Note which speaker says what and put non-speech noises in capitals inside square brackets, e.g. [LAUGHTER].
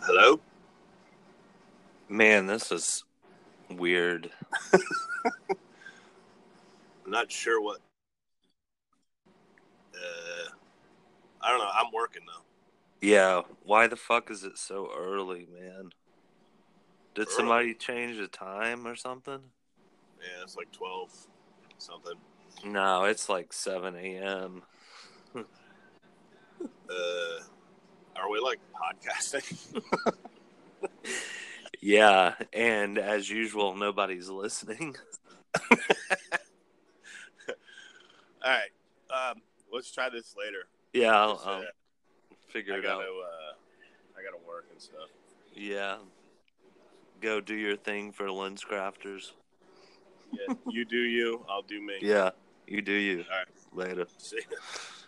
Speaker 1: Hello?
Speaker 2: Man, this is weird.
Speaker 1: I'm not sure what. Uh, I don't know. I'm working though.
Speaker 2: Yeah, why the fuck is it so early, man? Did
Speaker 1: Early.
Speaker 2: somebody change the time or something?
Speaker 1: Yeah, it's like 12 something.
Speaker 2: No, it's like 7 a.m.
Speaker 1: Uh, are we like podcasting? [LAUGHS]
Speaker 2: Yeah, and as usual, nobody's [LAUGHS] listening.
Speaker 1: All right. Um, let's try this later.
Speaker 2: Yeah, I'll,
Speaker 1: Just, uh,
Speaker 2: I'll figure
Speaker 1: I
Speaker 2: it
Speaker 1: gotta,
Speaker 2: out.
Speaker 1: uh, I gotta work and stuff.
Speaker 2: Yeah. Go do your thing for lens crafters.
Speaker 1: Yeah, you do you. I'll do me.
Speaker 2: Yeah, you do you.
Speaker 1: All right.
Speaker 2: Later.
Speaker 1: See ya.